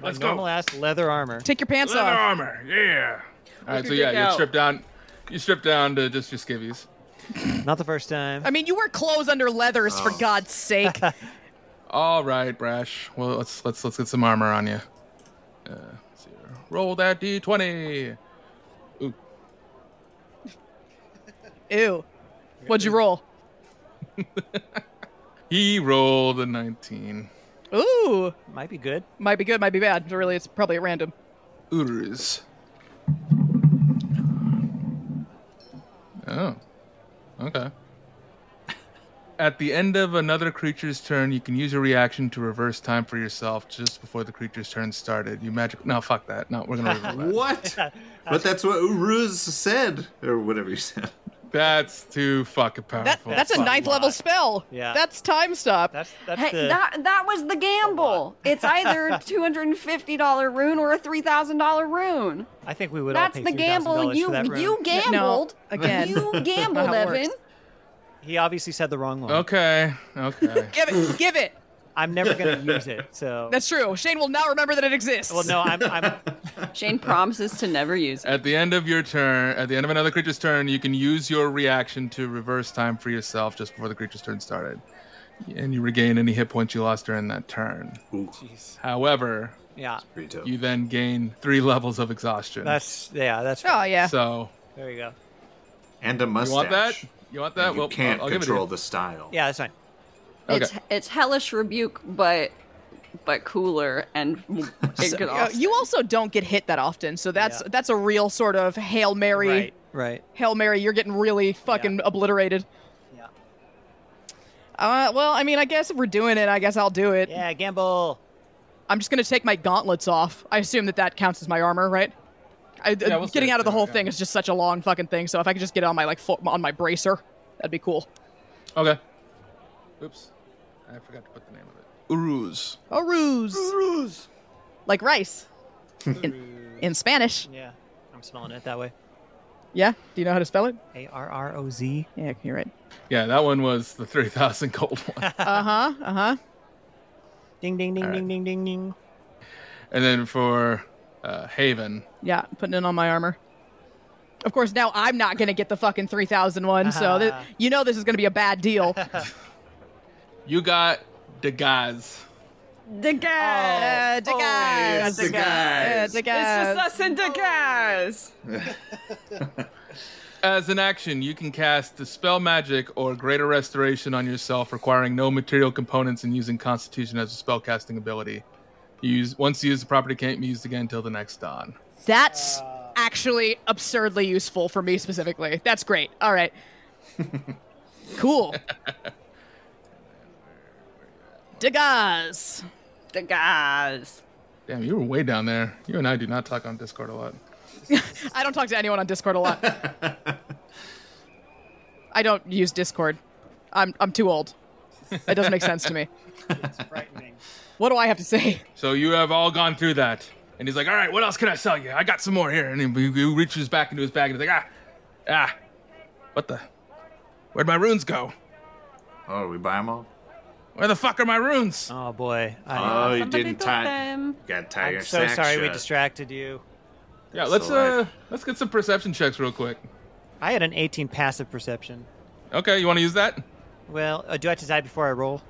Speaker 4: My
Speaker 6: let's go.
Speaker 4: normal
Speaker 6: Leather
Speaker 4: ass leather armor.
Speaker 2: Take your pants off.
Speaker 6: armor, yeah. Alright, so
Speaker 1: your dick
Speaker 6: yeah, you
Speaker 1: out.
Speaker 6: strip down you strip down to just your skivvies.
Speaker 4: Not the first time.
Speaker 2: I mean, you wear clothes under leathers, for
Speaker 6: Oh.
Speaker 2: God's sake.
Speaker 6: All right, Brash. Well, let's let's let's get some armor on you. Uh, let's see here. Roll that d20.
Speaker 2: Ew. What'd you roll?
Speaker 6: He rolled a 19.
Speaker 2: Ooh.
Speaker 4: Might be good.
Speaker 2: Might be good, might be bad. Really, it's probably at random.
Speaker 6: Urs. Oh. Okay. At the end of another creature's turn, you can use a reaction to reverse time for yourself just before the creature's turn started. You magic. No, fuck that. No, we're gonna remove that.
Speaker 3: What? but that's what Uruz said, or whatever you said.
Speaker 6: That's too fucking
Speaker 2: That,
Speaker 6: powerful.
Speaker 2: that's a
Speaker 4: fuck
Speaker 2: ninth
Speaker 4: lot.
Speaker 2: level spell.
Speaker 4: Yeah.
Speaker 2: That's time stop.
Speaker 4: That's that's
Speaker 1: Hey,
Speaker 4: the
Speaker 1: that that was the gamble. It's either a two hundred and fifty dollar rune or a three thousand dollar rune.
Speaker 4: I think we would
Speaker 1: That's
Speaker 4: all
Speaker 1: the
Speaker 4: pay
Speaker 1: gamble.
Speaker 4: $3,000
Speaker 1: You
Speaker 4: for that room.
Speaker 1: you
Speaker 2: no,
Speaker 1: gambled
Speaker 2: again.
Speaker 1: You gambled,
Speaker 2: How it works.
Speaker 1: Evan.
Speaker 4: He obviously said the wrong one.
Speaker 6: Okay. Okay.
Speaker 2: give it. Give it.
Speaker 4: I'm never going to use it. So
Speaker 2: That's true. Shane will now remember that it exists.
Speaker 4: Well, no, I'm, I'm
Speaker 1: Shane promises to never use it.
Speaker 6: At the end of your turn, at the end of another creature's turn, you can use your reaction to reverse time for yourself just before the creature's turn started. And you regain any hit points you lost during that turn.
Speaker 3: Ooh,
Speaker 6: However,
Speaker 4: yeah.
Speaker 3: pretty tough.
Speaker 6: you then gain three levels of exhaustion.
Speaker 4: That's yeah. That's
Speaker 2: Oh
Speaker 4: right.
Speaker 2: yeah.
Speaker 6: So,
Speaker 4: There you go.
Speaker 3: and a mustache.
Speaker 6: you want that? You want that?
Speaker 3: You
Speaker 6: well,
Speaker 3: can't
Speaker 6: I'll, I'll
Speaker 3: control
Speaker 6: give
Speaker 3: the style.
Speaker 4: Yeah, that's fine.
Speaker 6: Okay.
Speaker 1: It's it's hellish rebuke, but but cooler and
Speaker 2: Uh,
Speaker 1: exhausting.
Speaker 2: you also don't get hit that often, so that's
Speaker 4: Yeah.
Speaker 2: that's a real sort of hail mary.
Speaker 4: Right. Right.
Speaker 2: Hail mary, you're getting really fucking obliterated.
Speaker 4: Yeah.
Speaker 2: Uh, well, I mean, I guess if we're doing it, I guess I'll do it.
Speaker 4: Yeah. Gamble.
Speaker 2: I'm just gonna take my gauntlets off. I assume that that counts as my armor, right? I,
Speaker 6: Yeah, we'll
Speaker 2: getting
Speaker 6: say
Speaker 2: out of the
Speaker 6: so,
Speaker 2: whole
Speaker 6: yeah.
Speaker 2: thing is just such a long fucking thing. So if I could just get it on my like fo- on my bracer, that'd be cool.
Speaker 6: it- Okay. Oops. I forgot to put the name of it. Uruz.
Speaker 2: A ruse. Like rice. in, in Spanish.
Speaker 4: Yeah. I'm smelling it that way.
Speaker 2: Yeah. Do you know how to spell it?
Speaker 4: A R R O Z.
Speaker 2: Yeah, you're right.
Speaker 6: Yeah, that one was the 3,000 gold one.
Speaker 2: Uh huh. Uh huh.
Speaker 4: Ding ding ding
Speaker 6: All right.
Speaker 4: ding ding ding ding.
Speaker 6: and then for uh, Haven,
Speaker 2: Yeah, putting it on my armor. Of course, now I'm not gonna get the fucking three thousand one. So th- you know this is gonna be a bad deal.
Speaker 6: you got Degaz.
Speaker 1: The gas.
Speaker 2: Uh, Degas.
Speaker 3: the guys.
Speaker 2: Uh, Degas.
Speaker 1: us and the gas.
Speaker 6: As an action, you can cast Dispel Magic or Greater Restoration on yourself, requiring no material components and using Constitution as a spellcasting ability. You use once you use the property, can't be used again until the next dawn.
Speaker 2: That's actually absurdly useful for me specifically. That's great. All right. cool. Degas.
Speaker 1: The gas.
Speaker 6: Damn, you were way down there. You and I do not talk on Discord a lot.
Speaker 2: I don't talk to anyone on Discord a lot. I don't use Discord. I'm I'm too old. It doesn't make sense to me.
Speaker 4: Frightening.
Speaker 2: What do I have to say?
Speaker 6: So you have all gone through that. And he's like, "All right, what else can I sell you? I got some more here." And he, he reaches back into his bag and he's like, "Ah, ah, what the? Where'd my runes go?
Speaker 3: Oh, we buy them all?
Speaker 6: Where the fuck are my runes?"
Speaker 4: Oh boy. I,
Speaker 3: Oh, you
Speaker 1: Somebody
Speaker 3: didn't
Speaker 1: took
Speaker 3: tie.
Speaker 1: them.
Speaker 3: Got to tie your
Speaker 4: I'm so
Speaker 3: sack
Speaker 4: sorry we
Speaker 3: shut.
Speaker 4: distracted you.
Speaker 6: yeah, let's
Speaker 3: alright.
Speaker 6: uh, let's get some perception checks real quick.
Speaker 4: I had an 18 passive perception.
Speaker 6: Okay, you want to use that?
Speaker 4: Well, uh, do I have to die before I roll?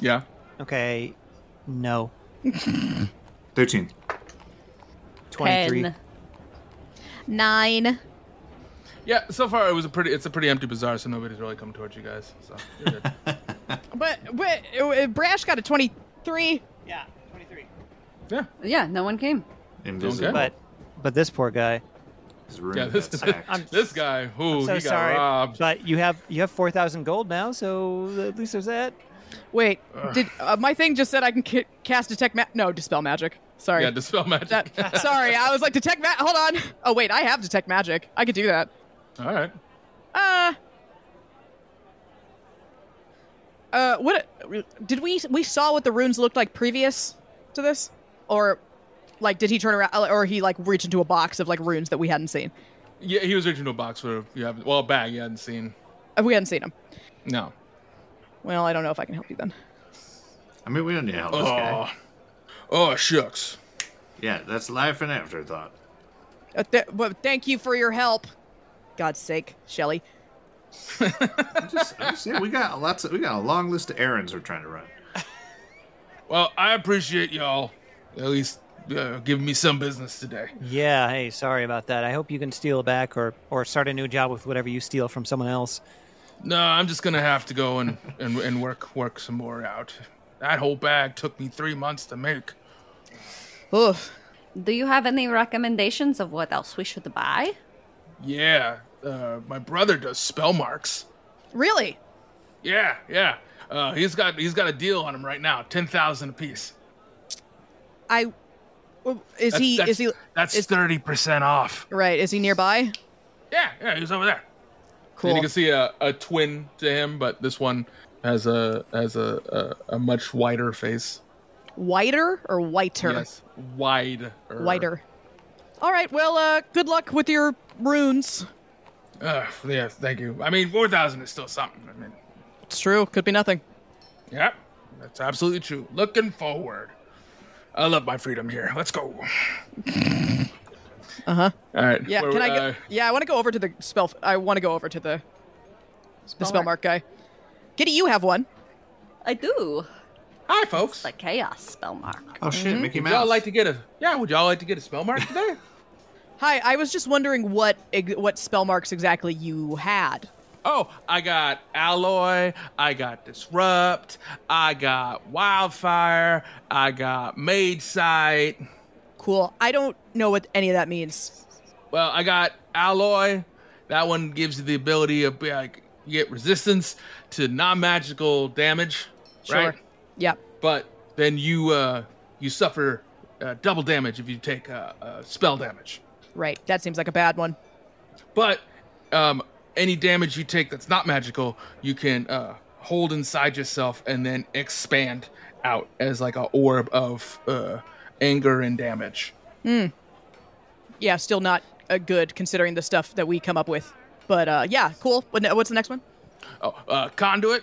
Speaker 6: Yeah.
Speaker 4: Okay. No.
Speaker 3: 13.
Speaker 4: 23.
Speaker 1: Ten.
Speaker 2: Nine.
Speaker 6: Yeah, so far it was a pretty it's a pretty empty bazaar, so nobody's really come towards you guys. So you're good.
Speaker 2: But but uh, Brash got a twenty-three.
Speaker 4: Yeah, 23.
Speaker 6: yeah.
Speaker 1: Yeah, no one came.
Speaker 3: Invisible.
Speaker 6: Okay.
Speaker 4: But but this poor guy.
Speaker 3: Is ruined
Speaker 6: Yeah, this
Speaker 3: that sack.
Speaker 4: I'm-
Speaker 6: this guy, who
Speaker 4: so
Speaker 6: he got
Speaker 4: sorry.
Speaker 6: robbed.
Speaker 4: But you have you have 4,000 gold now, so at least there's that.
Speaker 2: Wait, did uh, my thing just said I can ca- cast detect ma- no dispel magic? Sorry.
Speaker 6: Yeah, dispel magic.
Speaker 2: That- sorry, I was like detect ma- hold on. Oh wait, I have detect magic. I could do that.
Speaker 6: All right.
Speaker 2: Uh Uh what did we we saw what the runes looked like previous to this? Or like did he turn around uh, or he like reached into a box of like runes that we hadn't seen?
Speaker 6: Yeah, he was reaching to a box where you haven't well a bag you hadn't seen.
Speaker 2: If we Uh, hadn't seen him.
Speaker 6: No.
Speaker 2: Well, I don't know if I can help you then.
Speaker 3: I mean, we don't need to help this guy.
Speaker 6: Oh, oh shucks.
Speaker 3: Yeah, that's life and afterthought.
Speaker 2: Uh, th- but thank you for your help. God's sake, Shelly.
Speaker 3: I'm just, I'm just saying, we got lots. Of, we got a long list of errands we're trying to run.
Speaker 6: Well, I appreciate y'all at least uh, giving me some business today.
Speaker 4: Yeah, hey, sorry about that. I hope you can steal back or or start a new job with whatever you steal from someone else.
Speaker 6: No, I'm just gonna have to go and, and, and work work some more out. That whole bag took me three months to make.
Speaker 2: Ugh.
Speaker 1: Do you have any recommendations of what else we should buy?
Speaker 6: Yeah, uh, my brother does spell marks.
Speaker 2: Really?
Speaker 6: Yeah, yeah. Uh, he's got he's got a deal on him right now, ten thousand apiece.
Speaker 2: I. well, Is
Speaker 6: That's-
Speaker 2: he?
Speaker 6: that's-
Speaker 2: Is he?
Speaker 6: That's
Speaker 2: is-
Speaker 6: thirty percent off.
Speaker 2: Right. Is he nearby?
Speaker 6: Yeah, yeah. He was over there.
Speaker 2: Cool.
Speaker 6: And you can see a, a twin to him, but this one has a has a a, a much wider face.
Speaker 2: Whiter or whiter?
Speaker 6: Yes, wide.
Speaker 2: Whiter. All right. Well, uh, good luck with your runes.
Speaker 6: Uh, yeah, thank you. I mean, four thousand is still something. I mean,
Speaker 2: It's true. Could be nothing.
Speaker 6: yeah, that's absolutely true. Looking forward. I love my freedom here. Let's go. Uh huh. All
Speaker 2: Uh-huh.
Speaker 6: right.
Speaker 2: Yeah.
Speaker 6: where
Speaker 2: can
Speaker 6: we-
Speaker 2: I? Go,
Speaker 6: uh,
Speaker 2: yeah, I want to go over to the spell. I want to go over to the the spell mark guy. Kitty, you have one.
Speaker 1: I do.
Speaker 6: Hi, folks.
Speaker 1: The chaos spell mark.
Speaker 3: Oh shit, Mickey
Speaker 6: would Mm-hmm. y'all
Speaker 3: Mouse.
Speaker 6: like to get a yeah? Would y'all like to get a spell mark today?
Speaker 2: Hi. I was just wondering what ex- what spell marks exactly you had.
Speaker 6: Oh, I got Alloy, I got Disrupt, I got Wildfire, I got Mage Sight.
Speaker 2: Cool. I don't know what any of that means.
Speaker 6: Well, I got Alloy. That one gives you the ability of be like you get resistance to non-magical damage, right?
Speaker 2: Yeah.
Speaker 6: But then you uh, you suffer uh, double damage if you take uh, uh, spell damage.
Speaker 2: Right. That seems like a bad one.
Speaker 6: But um, any damage you take that's not magical, you can uh, hold inside yourself and then expand out as like a orb of uh, anger and damage.
Speaker 2: Yeah. Still not uh, good considering the stuff that we come up with. But uh, yeah. Cool. What, what's the next one?
Speaker 6: Oh, uh, conduit.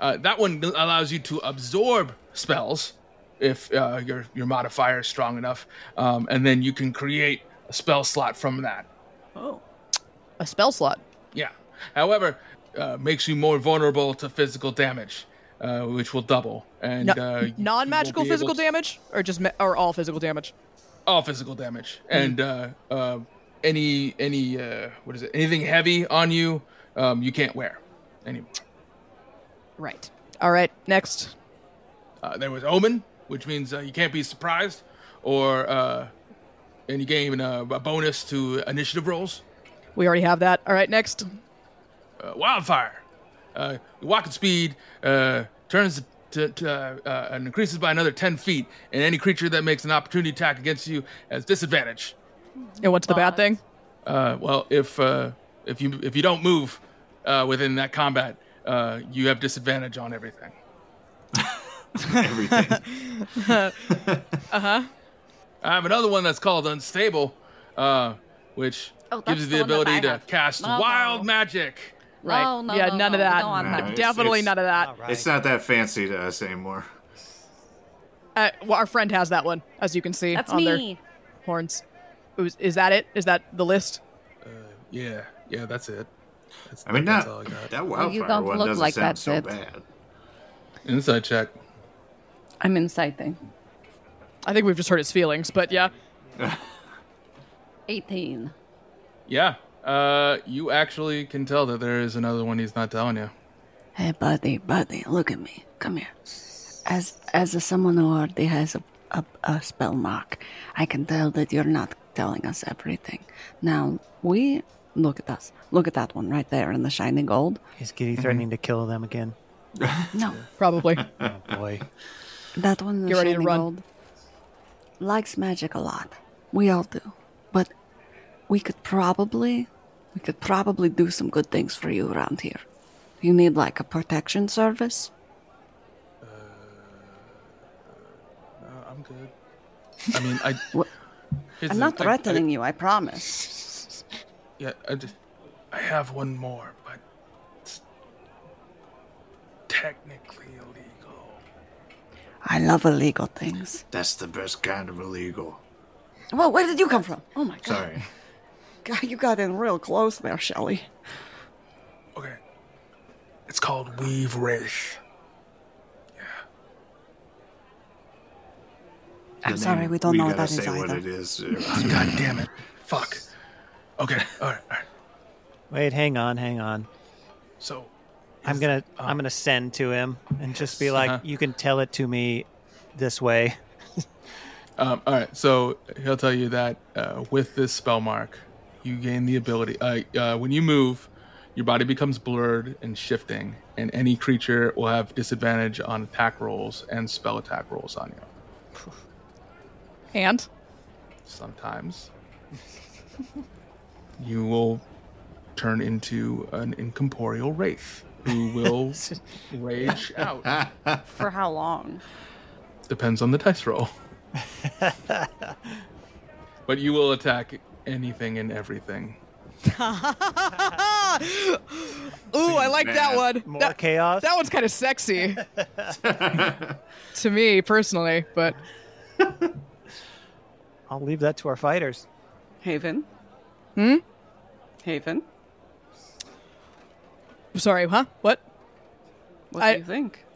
Speaker 6: Uh, that one allows you to absorb spells if uh, your your modifier is strong enough, um, and then you can create a spell slot from that.
Speaker 2: A spell slot.
Speaker 6: Yeah. However, uh, makes you more vulnerable to physical damage, uh, which will double. And
Speaker 2: No,
Speaker 6: uh, you- you
Speaker 2: non-magical
Speaker 6: won't be able
Speaker 2: physical
Speaker 6: to-
Speaker 2: damage, or just ma- or all physical damage.
Speaker 6: all physical damage
Speaker 2: Mm-hmm.
Speaker 6: and uh, uh, any any uh, what is it anything heavy on you um, you can't wear anymore
Speaker 2: Right. All right. Next.
Speaker 6: uh, there was omen which means uh, you can't be surprised or uh, and you gain uh, a bonus to initiative rolls
Speaker 2: We already have that. All right. Next.
Speaker 6: uh, wildfire uh, your walking speed uh, turns to, to, uh, uh, and increases by another 10 feet and any creature that makes an opportunity attack against you has disadvantage
Speaker 2: And what's the bad thing?
Speaker 6: Uh, well, if uh, if you if you don't move uh, within that combat, uh, you have disadvantage on everything.
Speaker 3: Everything.
Speaker 6: I have another one that's called unstable, uh, which
Speaker 1: Oh, that's
Speaker 6: gives you
Speaker 1: the
Speaker 6: the,
Speaker 1: one that
Speaker 6: ability
Speaker 1: I
Speaker 6: to
Speaker 1: have.
Speaker 6: cast
Speaker 1: No.
Speaker 6: wild magic.
Speaker 2: Right.
Speaker 1: Oh, No, no,
Speaker 2: yeah.
Speaker 1: no,
Speaker 2: none
Speaker 1: no,
Speaker 2: of
Speaker 1: we
Speaker 2: that.
Speaker 1: don't want
Speaker 3: No,
Speaker 1: that.
Speaker 3: it's-
Speaker 2: Definitely
Speaker 3: it's-
Speaker 2: none of that.
Speaker 4: All right.
Speaker 3: it's not that fancy to us anymore.
Speaker 2: Uh, well, our friend has that one, as you can see
Speaker 1: That's
Speaker 2: on their
Speaker 1: me.
Speaker 2: horns. Is, is that it? Is that the list?
Speaker 6: Yeah, yeah, that's it. That's,
Speaker 3: I mean,
Speaker 6: that's
Speaker 3: that
Speaker 6: all I got.
Speaker 3: that wildfire
Speaker 1: don't
Speaker 3: one
Speaker 1: look
Speaker 3: doesn't
Speaker 1: like
Speaker 3: sound
Speaker 1: that,
Speaker 3: so
Speaker 1: Sid.
Speaker 3: bad.
Speaker 6: Inside check.
Speaker 1: I'm inciting.
Speaker 2: I think we've just hurt his feelings, but yeah.
Speaker 1: 18.
Speaker 6: Yeah, uh, you actually can tell that there is another one he's not telling you.
Speaker 1: Hey, buddy, buddy, look at me. Come here. As as a, someone who already has a, a, a spell mark, I can tell that you're not telling us everything. Now, we. Look at us. Look at that one right there in the shining gold.
Speaker 4: Is Giddy
Speaker 6: Mm-hmm.
Speaker 4: threatening to kill them again?
Speaker 1: No,
Speaker 2: Probably.
Speaker 4: Oh boy.
Speaker 1: that one in the
Speaker 2: Get ready to
Speaker 1: shining
Speaker 2: run.
Speaker 1: gold likes magic a lot. We all do. But we could probably. We could probably do some good things for you around here. You need like a protection service?
Speaker 6: Uh, I'm good. I mean, I.
Speaker 1: What?
Speaker 6: here's
Speaker 1: I'm
Speaker 6: the-
Speaker 1: not
Speaker 6: I- I-
Speaker 1: threatening you, I promise.
Speaker 6: Yeah, I just I have one more, but it's technically illegal.
Speaker 1: I love illegal things.
Speaker 3: That's the best kind of illegal.
Speaker 1: Well, where did you come from? Oh my god.
Speaker 3: Sorry.
Speaker 1: God, you got in real close there, Shelly.
Speaker 6: Okay. It's called Weave Wraith.
Speaker 1: I'm
Speaker 3: The
Speaker 1: sorry,
Speaker 3: name-
Speaker 1: we don't know what
Speaker 3: gotta
Speaker 1: that is
Speaker 3: say what
Speaker 1: either.
Speaker 3: it is.
Speaker 6: God damn it. Fuck. Okay. All right. All right.
Speaker 4: Wait, hang on, hang on.
Speaker 6: So,
Speaker 4: I'm gonna I'm
Speaker 2: oh.
Speaker 4: gonna send to him and just be like,
Speaker 6: Uh-huh.
Speaker 4: you can tell it to me this way.
Speaker 6: um, all right. So he'll tell you that uh, with this spell mark, you gain the ability. Uh, uh, when you move, your body becomes blurred and shifting, and any creature will have disadvantage on attack rolls and spell attack rolls on you.
Speaker 2: And
Speaker 6: Sometimes you will turn into an incorporeal wraith who will rage out.
Speaker 7: For how long?
Speaker 6: Depends on the dice roll. but you will attack anything and everything.
Speaker 2: ooh, I like that one.
Speaker 4: More
Speaker 2: That,
Speaker 4: chaos.
Speaker 2: that one's kind of sexy to me personally, but
Speaker 4: I'll leave that to our fighters.
Speaker 1: Haven? Hmm? Haven?
Speaker 2: sorry, huh? What?
Speaker 1: What
Speaker 2: I-
Speaker 1: do you think?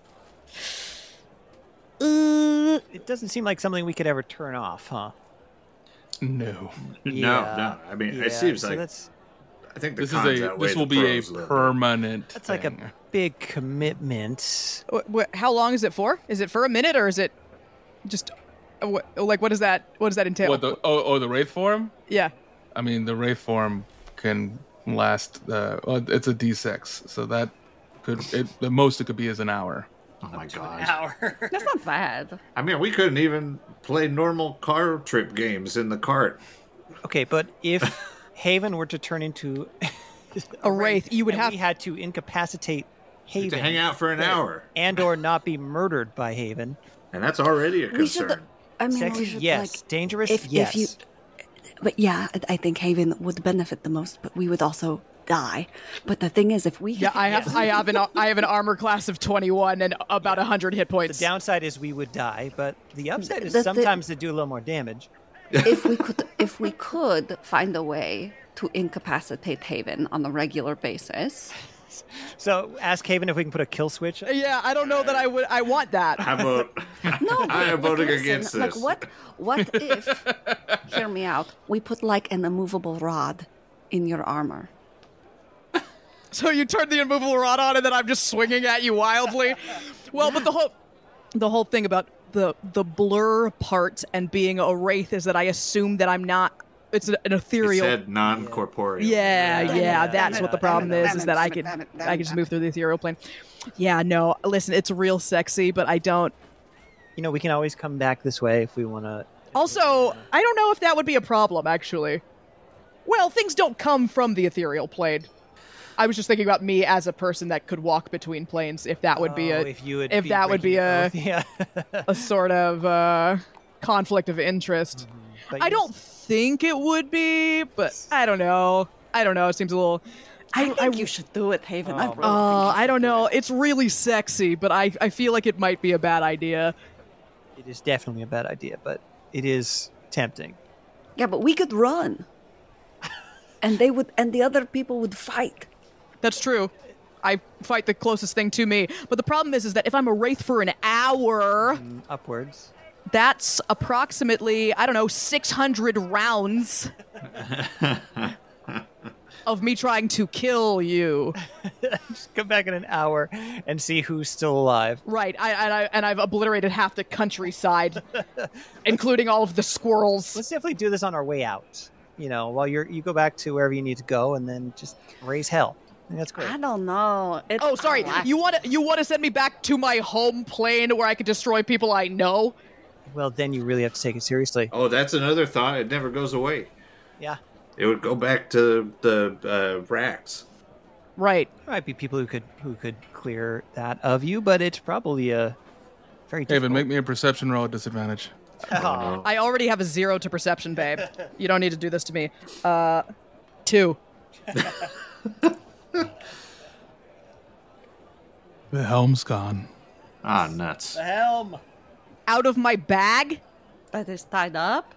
Speaker 4: It doesn't seem like something we could ever turn off, huh?
Speaker 6: No.
Speaker 3: No,
Speaker 4: Yeah.
Speaker 3: no. I mean,
Speaker 4: Yeah,
Speaker 3: it seems
Speaker 4: so
Speaker 3: like
Speaker 4: that's
Speaker 3: I think the
Speaker 6: This
Speaker 3: cons
Speaker 6: is a
Speaker 3: outweigh
Speaker 6: this
Speaker 3: the
Speaker 6: will be a
Speaker 3: pros little bit.
Speaker 6: permanent
Speaker 4: that's like a
Speaker 6: thing.
Speaker 4: big commitment.
Speaker 2: Wh- wh- how long is it for? Is it for a minute or is it just uh, wh- like what does that what does that entail?
Speaker 6: what the oh, oh the wraith form?
Speaker 2: yeah.
Speaker 6: I mean the wraith form can last uh well, it's a D six, so that could it the most it could be is an hour.
Speaker 3: Oh my god.
Speaker 7: That's not bad.
Speaker 3: I mean, we couldn't even play normal car trip games in the cart.
Speaker 4: Okay, but if Haven were to turn into
Speaker 2: A wraith, you would
Speaker 4: and
Speaker 2: have
Speaker 4: we had to incapacitate Haven
Speaker 3: To hang out for an hour,
Speaker 4: and or not be murdered by Haven.
Speaker 3: and that's already a concern.
Speaker 1: We should. I mean,
Speaker 4: Sexy,
Speaker 1: we should
Speaker 4: yes.
Speaker 1: like.
Speaker 4: Dangerous,
Speaker 1: if- if
Speaker 4: yes.
Speaker 1: you- But yeah, I- I think Haven would benefit the most, but we would also die. But the thing is, if we
Speaker 2: Yeah, I have I have an I have an armor class of 21 and about 100 hit
Speaker 4: the
Speaker 2: points.
Speaker 4: downside is we would die, but the upside is
Speaker 1: The- the-
Speaker 4: sometimes they do a little more damage.
Speaker 7: if we could if we could find a way to incapacitate Haven on a regular basis.
Speaker 4: So ask Haven if we can put a kill switch.
Speaker 2: yeah, I don't know that I would I want that.
Speaker 3: I vote.
Speaker 7: No, but,
Speaker 3: I am
Speaker 7: like,
Speaker 3: voting
Speaker 7: listen,
Speaker 3: against
Speaker 7: Like
Speaker 3: this.
Speaker 7: what? What if? hear me out.
Speaker 1: we put like an immovable rod in your armor.
Speaker 2: So you turn the immovable rod on and then I'm just swinging at you wildly. Well, but the whole the whole thing about the the blur part and being a wraith is that I assume that I'm not it's an an
Speaker 3: He
Speaker 2: ethereal
Speaker 3: said non-corporeal.
Speaker 2: Yeah,
Speaker 4: Yeah.
Speaker 2: yeah,
Speaker 4: Yeah.
Speaker 2: that's what the problem is, is that I could I could just move through the ethereal plane. Yeah, no, listen, it's real sexy, but I don't
Speaker 4: You know, we can always come back this way if we want to.
Speaker 2: Also, I don't know if that would be a problem, actually. Well, things don't come from the ethereal plane. I was just thinking about me as a person that could walk between planes, if that would
Speaker 1: Oh,
Speaker 2: be a,
Speaker 4: Oh, if you would
Speaker 2: if
Speaker 4: be
Speaker 2: that would be a-
Speaker 4: breaking the oath. yeah.
Speaker 2: a sort of uh, conflict of interest.
Speaker 1: Mm-hmm.
Speaker 4: But
Speaker 2: I
Speaker 4: you-
Speaker 2: don't think it would be, but I don't know. I don't know. It seems a little.
Speaker 1: I Oh. think you should do it, Haven. I really
Speaker 2: Uh,
Speaker 1: think you
Speaker 2: I don't know. It's really sexy, but I, I feel like it might be a bad idea.
Speaker 4: It is definitely a bad idea, but it is tempting.
Speaker 1: should- yeah, but we could run, and they would, and the other people would fight.
Speaker 2: That's true. I fight the closest thing to me. But the problem is, is that if I'm a wraith for an hour,
Speaker 4: Mm, Upwards.
Speaker 2: That's approximately, I don't know, 600 rounds of me trying to kill you.
Speaker 4: Just come back in an hour and see who's still alive.
Speaker 2: Right. I, and, I, and I've obliterated half the countryside, including all of the squirrels.
Speaker 4: Let's definitely do this on our way out. You know, while you're you go back to wherever you need to go, and then just raise hell. I think that's great.
Speaker 7: I don't know. It-
Speaker 2: Oh, sorry.
Speaker 7: I like-
Speaker 2: You want to you want to send me back to my home plane where I could destroy people I know?
Speaker 4: Well, then you really have to take it seriously.
Speaker 3: Oh, that's another thought. It never goes away.
Speaker 4: Yeah,
Speaker 3: It would go back to the uh, racks.
Speaker 2: Right.
Speaker 4: there might be people who could who could clear that of you, but it's probably a very
Speaker 6: Haven,
Speaker 4: difficult-
Speaker 6: make me a perception roll at disadvantage.
Speaker 2: I already have a 0 to perception, babe. You don't need to do this to me. Uh 2.
Speaker 6: The helm's gone.
Speaker 3: Ah, nuts.
Speaker 4: helm.
Speaker 2: out of my bag?
Speaker 7: That is tied up.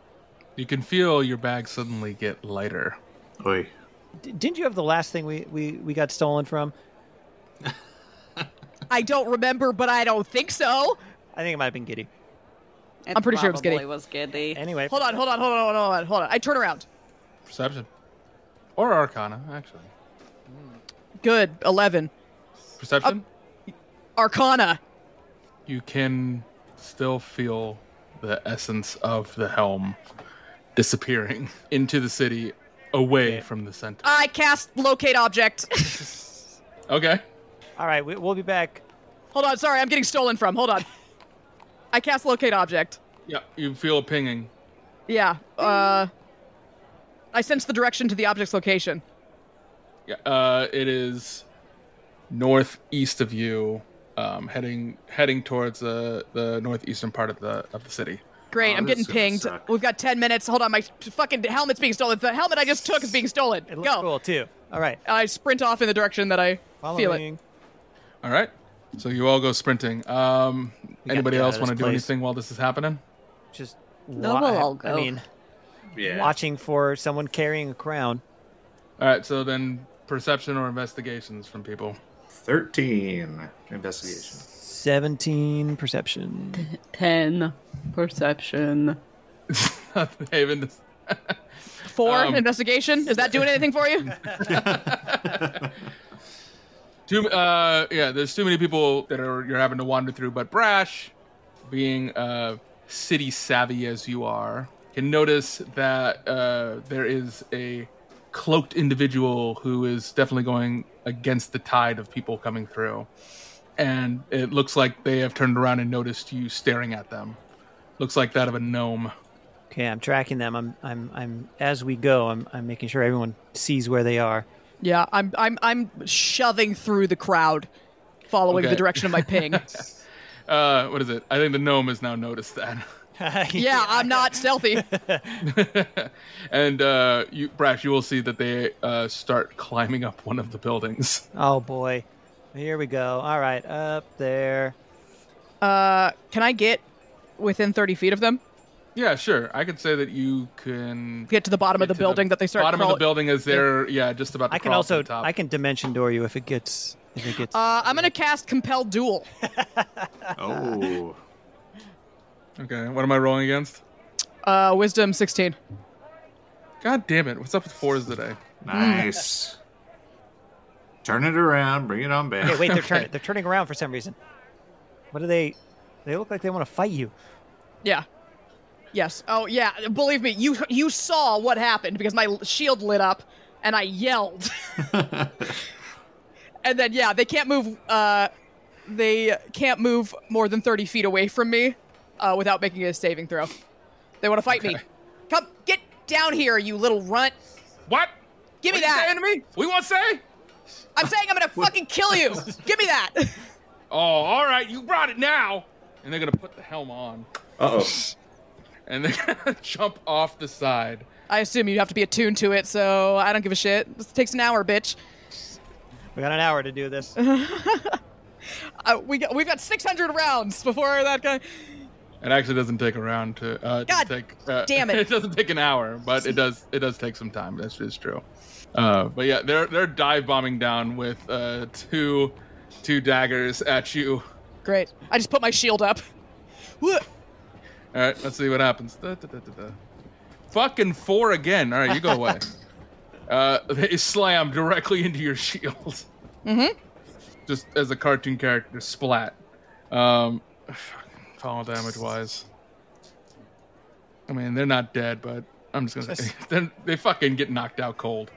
Speaker 6: You can feel your bag suddenly get lighter.
Speaker 3: Oi.
Speaker 4: D- didn't you have the last thing we, we, we got stolen from?
Speaker 2: I don't remember, but I don't think so.
Speaker 4: I think it might have been Giddy.
Speaker 7: It
Speaker 2: I'm pretty sure it was Giddy.
Speaker 7: probably was Giddy.
Speaker 4: Anyway,
Speaker 2: Hold on, hold on, hold on, hold on, hold on. I turn around.
Speaker 6: Perception. Or Arcana, actually.
Speaker 2: Good. 11.
Speaker 6: Perception?
Speaker 2: Arcana.
Speaker 6: you can still feel the essence of the helm disappearing into the city away from the center.
Speaker 2: I cast locate object.
Speaker 6: Okay.
Speaker 4: all right, we, we'll be back.
Speaker 2: hold on, sorry, I'm getting stolen from. Hold on. I cast locate object.
Speaker 6: Yeah, you feel a pinging.
Speaker 2: Yeah. Uh I sense the direction to the object's location.
Speaker 6: Yeah, uh, it is northeast of you, um, heading heading towards the, the northeastern part of the of the city.
Speaker 2: Great,
Speaker 3: Oh,
Speaker 2: I'm
Speaker 3: this
Speaker 2: getting
Speaker 3: is gonna
Speaker 2: pinged.
Speaker 3: suck.
Speaker 2: We've got 10 minutes. Hold on, my fucking helmet's being stolen. The helmet I just took is being stolen.
Speaker 4: It
Speaker 2: Go.
Speaker 4: looks cool too. All right,
Speaker 2: I sprint off in the direction that I feel it.
Speaker 4: following.
Speaker 6: All right. So you all go sprinting. Um,
Speaker 4: gotta
Speaker 6: anybody
Speaker 4: get out
Speaker 6: else
Speaker 4: of
Speaker 6: want to
Speaker 4: this
Speaker 6: do
Speaker 4: place.
Speaker 6: anything while this is happening?
Speaker 4: Just
Speaker 7: No,
Speaker 4: wa-
Speaker 7: we'll all
Speaker 4: I
Speaker 7: go.
Speaker 4: mean,
Speaker 3: Yeah.
Speaker 4: watching for someone carrying a crown.
Speaker 6: All right. So then perception or investigations from people.
Speaker 3: 13. Investigation.
Speaker 4: Seventeen perception.
Speaker 1: 10 perception.
Speaker 6: Haven does-
Speaker 2: Four
Speaker 4: um,
Speaker 2: investigation. Is that doing anything for you?
Speaker 6: Too, uh, yeah, there's too many people that are you're having to wander through. But Brash, being uh, city savvy as you are, can notice that uh, there is a cloaked individual who is definitely going against the tide of people coming through, and it looks like they have turned around and noticed you staring at them. Looks like that of a gnome.
Speaker 4: Okay, I'm tracking them. I'm I'm I'm as we go. I'm I'm making sure everyone sees where they are.
Speaker 2: Yeah, I'm I'm I'm shoving through the crowd, following the
Speaker 6: Okay.
Speaker 2: direction of my ping.
Speaker 6: Uh, what is it? I think the gnome has now noticed that.
Speaker 2: yeah, I'm not stealthy.
Speaker 6: and uh, you, Brash, you will see that they uh, start climbing up one of the buildings.
Speaker 4: Oh boy, here we go. All right, up there.
Speaker 2: Can I get within 30 feet of them?
Speaker 6: Yeah, sure. I could say that you can
Speaker 2: Get to the bottom of the
Speaker 6: to
Speaker 2: building that they start.
Speaker 6: Bottom of
Speaker 2: crawl-
Speaker 6: the building is there. Yeah, just about. To
Speaker 4: I can
Speaker 6: crawl to
Speaker 4: also
Speaker 6: the top.
Speaker 4: I can dimension door you if it gets if it gets.
Speaker 2: Uh, I'm gonna cast compel duel.
Speaker 3: Oh.
Speaker 6: Okay, what am I rolling against?
Speaker 2: Uh, wisdom 16.
Speaker 6: God damn it! What's up with fours today?
Speaker 3: Nice. Turn it around. Bring it on back.
Speaker 4: Okay, wait, they're turning they're turning around for some reason. What do they? They look like they want to fight you.
Speaker 2: Yeah. Yes. Oh yeah. Believe me, you you saw what happened because my shield lit up and I yelled. and then yeah, they can't move. Uh, they can't move more than thirty feet away from me uh, without making a saving throw. They want to fight me. Come get down here, you little runt.
Speaker 6: What?
Speaker 2: Give me
Speaker 6: What you
Speaker 2: that.
Speaker 6: saying to me? We want say?
Speaker 2: I'm saying I'm gonna fucking kill you. Give me that.
Speaker 6: Oh, all right. You brought it now. And they're gonna put the helm on,
Speaker 3: Uh oh.
Speaker 6: and they're gonna jump off the side.
Speaker 2: I assume you have to be attuned to it, so I don't give a shit. This takes an hour, bitch.
Speaker 4: We got an hour to do this.
Speaker 2: Uh, we got, we've got 600 rounds before that guy.
Speaker 6: It actually doesn't take around to. Uh,
Speaker 2: God
Speaker 6: it doesn't take, uh,
Speaker 2: damn it.
Speaker 6: It doesn't take an hour, but it does. It does take some time. That's just true. Uh, but yeah, they're they're dive bombing down with uh, two two daggers at you.
Speaker 2: Great. I just put my shield up. Woo.
Speaker 6: All right, let's see what happens. Da, da, da, da, da. Fucking four again. All right, you go away. uh, they slam directly into your shield. Mm-hmm. Just as a cartoon character, splat. Um, fucking fall damage wise. I mean, they're not dead, but I'm just gonna say they they fucking get knocked out cold.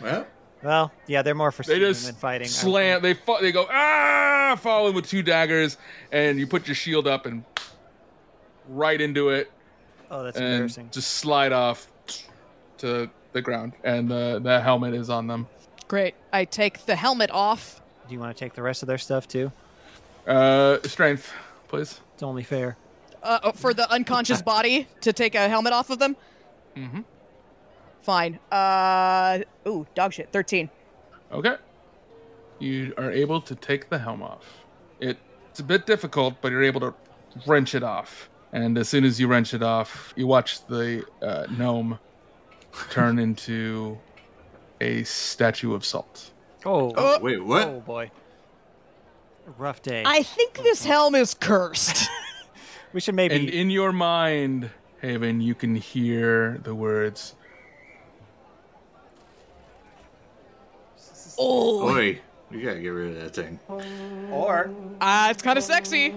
Speaker 3: Well,
Speaker 4: Well, yeah, they're more for
Speaker 6: They
Speaker 4: stealing
Speaker 6: just
Speaker 4: than fighting.
Speaker 6: slam. They fa- They go ah, falling with two daggers, and you put your shield up and right into it.
Speaker 4: Oh, that's embarrassing.
Speaker 6: and just slide off to the ground, and the the helmet is on them.
Speaker 2: Great. I take the helmet off.
Speaker 4: Do you want to take the rest of their stuff too?
Speaker 6: Uh, strength, please.
Speaker 4: It's only fair.
Speaker 2: uh, uh, for the unconscious body to take a helmet off of them? Mm-hmm. Fine. Uh, ooh, dog shit. 13.
Speaker 6: Okay, you are able to take the helm off. It It's a bit difficult, but you're able to wrench it off. And as soon as you wrench it off, you watch the uh, gnome turn into a statue of salt.
Speaker 4: Oh,
Speaker 3: Oh, wait, what?
Speaker 4: oh boy. Rough day.
Speaker 2: I think this helm is cursed.
Speaker 4: we should
Speaker 6: And
Speaker 4: maybe
Speaker 6: in your mind, Haven, you can hear the words
Speaker 7: Oh.
Speaker 3: Oi, you gotta get rid of that thing.
Speaker 4: or
Speaker 2: Ah, it's kind of sexy.